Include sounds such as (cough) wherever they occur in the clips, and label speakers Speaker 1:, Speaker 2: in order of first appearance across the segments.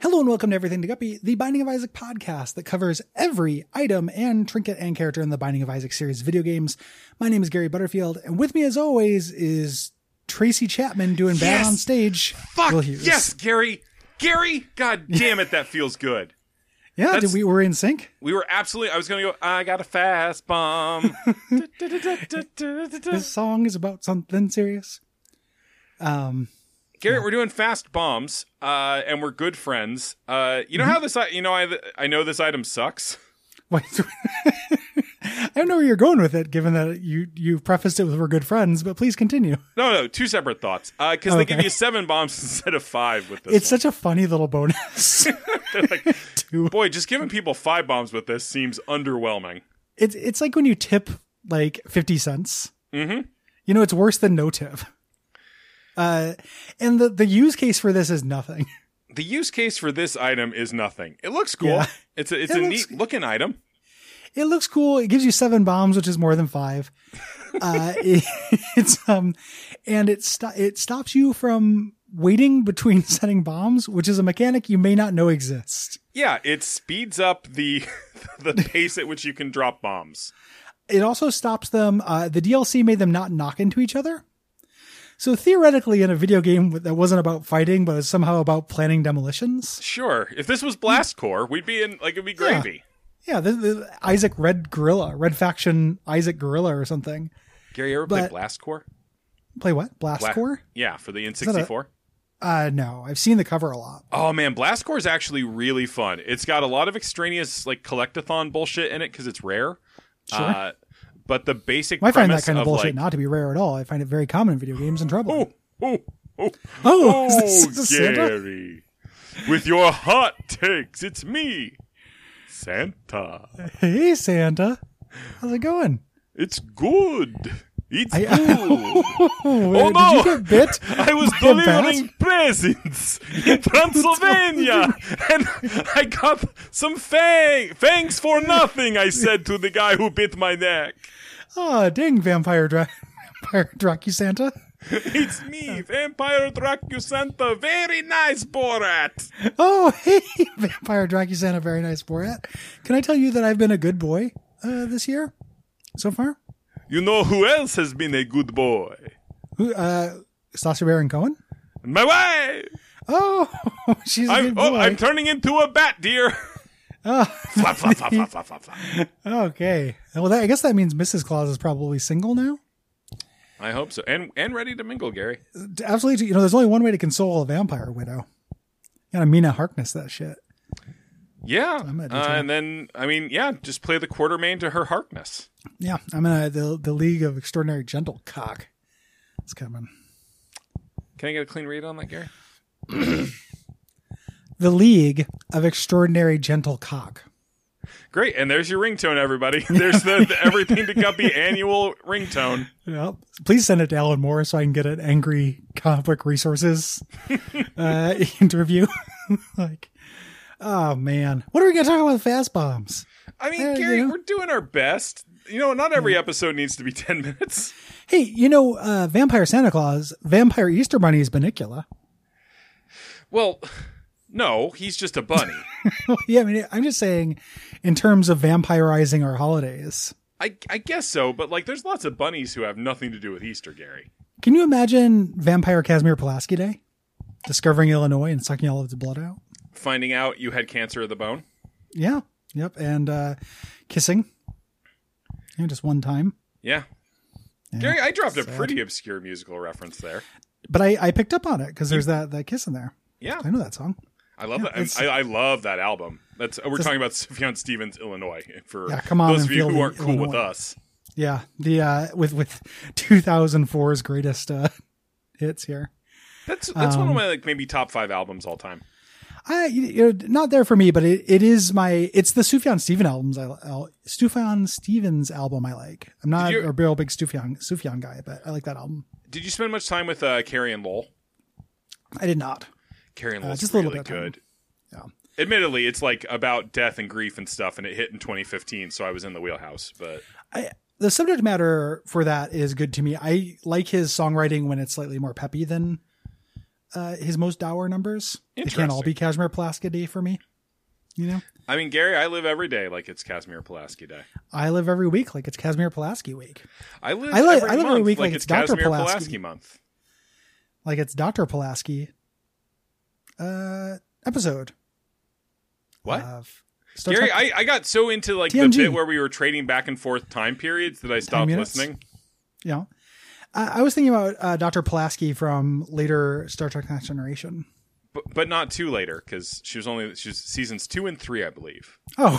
Speaker 1: Hello and welcome to Everything to Guppy, the Binding of Isaac podcast that covers every item and trinket and character in the Binding of Isaac series of video games. My name is Gary Butterfield, and with me as always is Tracy Chapman doing bad
Speaker 2: Yes!
Speaker 1: on stage.
Speaker 2: Fuck
Speaker 1: Will Hughes.
Speaker 2: yes, Gary. Gary,
Speaker 1: (laughs)
Speaker 2: god damn it, that feels good.
Speaker 1: Yeah, did
Speaker 2: That's-
Speaker 1: we were in sync.
Speaker 2: We were absolutely. I was gonna go. I got a
Speaker 1: (laughs)
Speaker 2: fast bomb.
Speaker 1: This song is about something serious. (laughs)
Speaker 2: Garrett, we're doing fast bombs, uh, and we're good friends. Uh, you know
Speaker 1: Mm-hmm.
Speaker 2: how this? I- You know, I I know this item sucks.
Speaker 1: Wait. (laughs) I don't know where you're going with it, given that you you prefaced it with "we're good friends," but please continue.
Speaker 2: No, no, two separate thoughts. Because they
Speaker 1: Okay.
Speaker 2: give you seven bombs (laughs) instead of five with this.
Speaker 1: It's such a funny little bonus. (laughs)
Speaker 2: one. Like,
Speaker 1: too.
Speaker 2: boy, just giving people five bombs with this seems underwhelming.
Speaker 1: It's it's like when you tip like fifty cents.
Speaker 2: Mhm.
Speaker 1: You know, it's worse than no tip. Uh, and the the use case for this is nothing. (laughs)
Speaker 2: The use case for this item is nothing. It looks cool.
Speaker 1: Yeah.
Speaker 2: It's a, it's
Speaker 1: It
Speaker 2: a
Speaker 1: looks-
Speaker 2: neat looking item.
Speaker 1: It looks cool. It gives you seven bombs, which is more than five. Uh, it- (laughs) it's um, and it sto- it stops you from waiting between (laughs) setting bombs, which is a mechanic you may not know exists.
Speaker 2: Yeah, it speeds up the (laughs) the pace at which you can drop bombs.
Speaker 1: It also stops them. Uh, the DLC made them not knock into each other. So theoretically, in a video game that wasn't about fighting, but is somehow about planning demolitions,
Speaker 2: Sure. If this was Blast Core, we'd be in like it'd be
Speaker 1: Yeah.
Speaker 2: gravy.
Speaker 1: Yeah, the, the Isaac Red Gorilla, Red Faction Isaac Gorilla or something.
Speaker 2: Gary, you ever played
Speaker 1: But-
Speaker 2: Blast Core?
Speaker 1: Play what? Blast
Speaker 2: Bla-
Speaker 1: Core?
Speaker 2: Yeah, for the N
Speaker 1: that
Speaker 2: sixty
Speaker 1: a-
Speaker 2: four.
Speaker 1: Uh, no, I've seen the cover a lot.
Speaker 2: Oh man, Blast Core is actually really fun. It's got a lot of extraneous like collectathon bullshit in it because it's rare.
Speaker 1: Sure.
Speaker 2: Uh, but the basic
Speaker 1: I find that
Speaker 2: premise
Speaker 1: kind of bullshit
Speaker 2: like,
Speaker 1: not (laughs) to be rare at all. I find it very common in video games and trouble.
Speaker 2: oh, oh, oh,
Speaker 1: oh, (laughs) is this-
Speaker 2: oh,
Speaker 1: is this Santa?
Speaker 2: Gary, with your hot takes, it's me, Santa.
Speaker 1: Hey, Santa. How's it going?
Speaker 2: It's good. It's
Speaker 1: I- (laughs)
Speaker 2: good.
Speaker 1: oh, did
Speaker 2: no!
Speaker 1: you get bit? (laughs)
Speaker 2: I was
Speaker 1: by a bat?
Speaker 2: delivering presents in
Speaker 1: (laughs)
Speaker 2: Transylvania, and I got some fang. Thanks for nothing, I said to the guy who bit my neck.
Speaker 1: Oh, dang, Vampire Dra- (laughs) Vampire Draki Santa.
Speaker 2: It's me, Vampire Dracusanta. Very nice, Borat.
Speaker 1: Oh, (laughs) hey, Vampire Draki Santa. Very nice Borat. Can I tell you that I've been a good boy uh, this year so far?
Speaker 2: You know who else has been a good boy?
Speaker 1: Who, uh, Saucer Baron Cohen?
Speaker 2: My wife.
Speaker 1: Oh, (laughs) she's a
Speaker 2: I'm,
Speaker 1: good boy. (laughs)
Speaker 2: oh, I'm turning into a bat, dear.
Speaker 1: Oh,
Speaker 2: Flap, flap, flap, flap, flap, flap, flap.
Speaker 1: okay. Well, that, I guess that means Mrs. Claus is probably single now.
Speaker 2: I hope so, and and ready to mingle, Gary.
Speaker 1: Absolutely. You know, there's only one way to console a vampire widow. You gotta Mina Harkness that shit.
Speaker 2: Yeah,
Speaker 1: gonna do
Speaker 2: uh,
Speaker 1: too.
Speaker 2: and then I mean, yeah, just play the quartermain to her harkness.
Speaker 1: Yeah, I'm in a, the the League of Extraordinary Gentle Cock. It's coming.
Speaker 2: Can I get a clean read on that, Gary?
Speaker 1: The League of Extraordinary Gentle Cock.
Speaker 2: Great, and there's your ringtone, (laughs) everybody. There's the, the everything to Guppy annual ringtone.
Speaker 1: Yep. Please send it to Alan Moore so I can get an angry comic book resources uh, (laughs) interview. like, oh man, what are we gonna talk about with fast bombs?
Speaker 2: I mean,
Speaker 1: Yeah,
Speaker 2: Gary,
Speaker 1: yeah.
Speaker 2: we're doing our best. You know, not every episode needs to be (laughs) ten minutes.
Speaker 1: Hey, you know, uh, Vampire Santa Claus, Vampire Easter Bunny is Benicula. (laughs)
Speaker 2: Well, no, he's just a (laughs) bunny.
Speaker 1: yeah, I mean, I'm just saying, in terms of vampirizing our holidays,
Speaker 2: I, I guess so, but like, there's lots of bunnies who have nothing to do with Easter, Gary.
Speaker 1: can you imagine Vampire Casimir Pulaski Day? Discovering Illinois and sucking all of the blood out?
Speaker 2: Finding out you had cancer of the bone.
Speaker 1: Yeah. Yep. And uh, kissing. Yeah, just one time.
Speaker 2: Yeah.
Speaker 1: Yeah.
Speaker 2: Gary, I dropped a
Speaker 1: Sad.
Speaker 2: pretty obscure musical reference there.
Speaker 1: But I, I picked up on it because there's that, that kiss in there.
Speaker 2: Hmm. Yeah.
Speaker 1: I know that song.
Speaker 2: I love
Speaker 1: Yeah,
Speaker 2: that.
Speaker 1: it's-
Speaker 2: I, I love that album. That's we're
Speaker 1: Just-
Speaker 2: talking about Sufjan Stevens, Illinois. For
Speaker 1: Yeah, come on
Speaker 2: those
Speaker 1: and
Speaker 2: of you
Speaker 1: feel
Speaker 2: who
Speaker 1: the
Speaker 2: aren't cool with
Speaker 1: Illinois.
Speaker 2: us,
Speaker 1: Yeah. The uh, with with (laughs) 2004's greatest uh, (laughs) hits here.
Speaker 2: that's that's one
Speaker 1: Um,
Speaker 2: of my like maybe top five albums all time.
Speaker 1: I you know, not there for me, but it, it is my it's the Sufjan Stevens albums I I'll- Sufjan Stevens album I like. I'm not
Speaker 2: Did you-
Speaker 1: a real big Sufjan Sufjan guy, but I like that album.
Speaker 2: Did you spend much time with uh, Carrie and Lowell?
Speaker 1: I did not.
Speaker 2: Carrie and
Speaker 1: Uh,
Speaker 2: Lowell's
Speaker 1: just a
Speaker 2: really
Speaker 1: little bit of
Speaker 2: good.
Speaker 1: Yeah.
Speaker 2: Admittedly, it's like about death and grief and stuff, and it hit in 2015, so I was in the wheelhouse. But
Speaker 1: I the subject matter for that is good to me. I like his songwriting when it's slightly more peppy than uh, his most dour numbers. They can't all be Kashmir Pulaski Day for me. You know,
Speaker 2: I mean, Gary, I live every day like it's Casimir Pulaski Day.
Speaker 1: I live every week like it's Kashmir Pulaski week,
Speaker 2: I live,
Speaker 1: I li-
Speaker 2: every,
Speaker 1: I live every
Speaker 2: month
Speaker 1: week
Speaker 2: like
Speaker 1: like
Speaker 2: it's
Speaker 1: it's Dr.
Speaker 2: Casimir Pulaski.
Speaker 1: Pulaski.
Speaker 2: month.
Speaker 1: like it's Doctor Pulaski. Uh, episode.
Speaker 2: What?
Speaker 1: Of Star
Speaker 2: Gary,
Speaker 1: Trek-
Speaker 2: I, I got so into like the
Speaker 1: TMG.
Speaker 2: bit where we were trading back and forth time periods that I stopped
Speaker 1: units?
Speaker 2: listening.
Speaker 1: you know, I, I was thinking about uh, Doctor Pulaski from later Star Trek Next Generation.
Speaker 2: But, but not too later because she was only she was seasons two and three, I believe.
Speaker 1: Oh,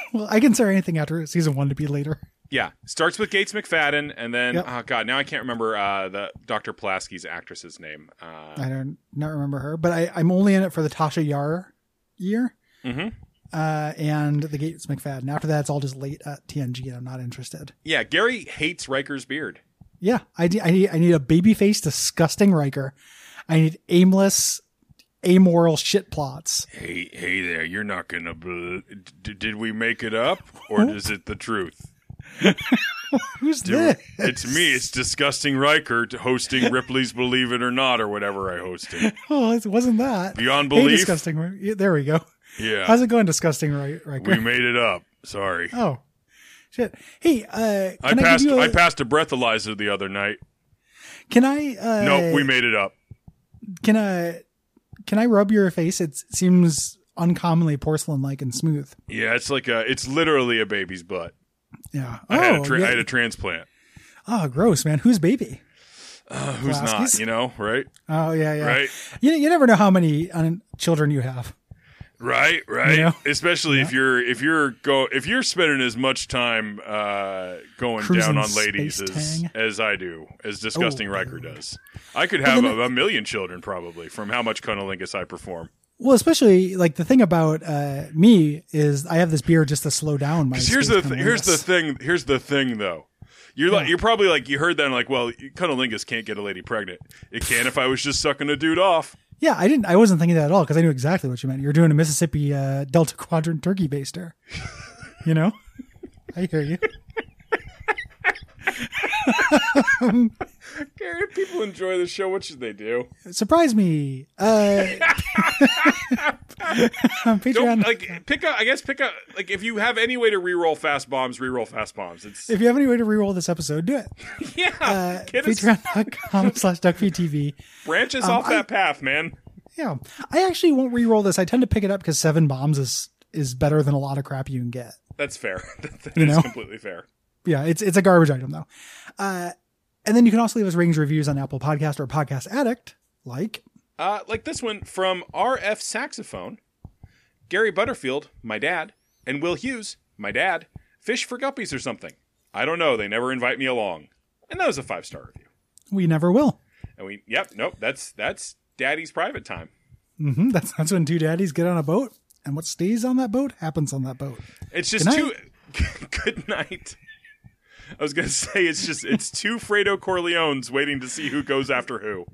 Speaker 1: (laughs) well, I consider anything after season one to be later.
Speaker 2: Yeah, starts with Gates McFadden, and then
Speaker 1: Yep.
Speaker 2: oh god, now I can't remember uh, the Dr. Pulaski's actress's name. Uh,
Speaker 1: I don't not remember her, but I, I'm only in it for the Tasha Yar year
Speaker 2: mhm.
Speaker 1: uh, and the Gates McFadden. After that, it's all just late at TNG, and I'm not interested.
Speaker 2: Yeah, Gary hates Riker's beard.
Speaker 1: Yeah, I, de- I need I need a baby faced, disgusting Riker. I need aimless, amoral shit plots.
Speaker 2: Hey, hey there! You're not gonna. Bl- d- did we make it up, or is it the truth?
Speaker 1: (laughs) Who's
Speaker 2: Dude,
Speaker 1: this?
Speaker 2: It's me. It's disgusting Riker t- hosting Ripley's Believe It or Not or whatever I hosted.
Speaker 1: (laughs) Oh, it wasn't that.
Speaker 2: Beyond
Speaker 1: Hey,
Speaker 2: belief.
Speaker 1: disgusting. Ri- yeah, There we go.
Speaker 2: yeah,
Speaker 1: How's it going, disgusting Ri- Riker?
Speaker 2: we made it up. Sorry.
Speaker 1: oh, shit. Hey, uh,
Speaker 2: I
Speaker 1: can I,
Speaker 2: passed.
Speaker 1: give you a-
Speaker 2: I passed a breathalyzer the other night.
Speaker 1: Can I? Uh,
Speaker 2: No, we made it up.
Speaker 1: Can I? Can I rub your face? It seems uncommonly porcelain-like and smooth.
Speaker 2: Yeah, it's like a. It's literally a baby's butt.
Speaker 1: Yeah.
Speaker 2: I, had,
Speaker 1: oh,
Speaker 2: a tra-
Speaker 1: yeah.
Speaker 2: I had a transplant.
Speaker 1: oh, gross, man. Who's baby?
Speaker 2: Uh, who's not?
Speaker 1: Pulaski's?
Speaker 2: You know, right?
Speaker 1: Oh, yeah, yeah.
Speaker 2: Right.
Speaker 1: You, you never know how many uh, children you have.
Speaker 2: Right, right.
Speaker 1: You know?
Speaker 2: Especially if you're if you're go if you're spending as much time uh, going
Speaker 1: Cruising
Speaker 2: down on ladies
Speaker 1: space
Speaker 2: as,
Speaker 1: tang.
Speaker 2: as I do, as disgusting
Speaker 1: Oh,
Speaker 2: Riker
Speaker 1: dude.
Speaker 2: does, I could have
Speaker 1: then
Speaker 2: a, a million children probably from how much cunnilingus I perform.
Speaker 1: Well, especially like the thing about uh, me is I have this beer just to slow down my.
Speaker 2: 'Cause here's the
Speaker 1: space
Speaker 2: th- here's the
Speaker 1: cunnilingus.
Speaker 2: thing here's the thing though. You're like you're probably like you heard that and like well cunnilingus can't get a lady pregnant. It can if I was just sucking a dude off.
Speaker 1: Yeah, I didn't. I wasn't thinking that at all because I knew exactly what you meant. You're doing a Mississippi uh, Delta Quadrant turkey baster. you know, (laughs) I hear you.
Speaker 2: Gary, people enjoy the show. What should they do?
Speaker 1: Surprise me.
Speaker 2: (laughs)
Speaker 1: Uh, (laughs) on Patreon.
Speaker 2: Don't like pick up. I guess pick up. Like if you have any way to reroll fast bombs, reroll fast bombs. It's
Speaker 1: if you have any way to reroll this episode, do it.
Speaker 2: yeah.
Speaker 1: Uh,
Speaker 2: Get us- (laughs)
Speaker 1: Patreon.com slash DuckFeedTV.
Speaker 2: Branch
Speaker 1: um,
Speaker 2: us off that path, man.
Speaker 1: Yeah, I actually won't reroll this. I tend to pick it up because seven bombs is is better than a lot of crap you can get.
Speaker 2: That's fair. (laughs) That- that
Speaker 1: You
Speaker 2: is
Speaker 1: know?
Speaker 2: completely fair.
Speaker 1: yeah, it's it's a garbage item though. Uh, and then you can also leave us ratings reviews on Apple Podcast or Podcast Addict, like
Speaker 2: Uh, like this one from RF Saxophone, Gary Butterfield, my dad, and Will Hughes, my dad, fish for guppies or something. I don't know. They never invite me along. And that was a five star review.
Speaker 1: we never will.
Speaker 2: And we, yep, nope. That's that's daddy's private time.
Speaker 1: hmm That's that's when two daddies get on a boat, and what stays on that boat happens on that boat.
Speaker 2: It's just
Speaker 1: Good
Speaker 2: too. (laughs) Good night. I was gonna say it's just it's two Fredo Corleones waiting to see who goes after who.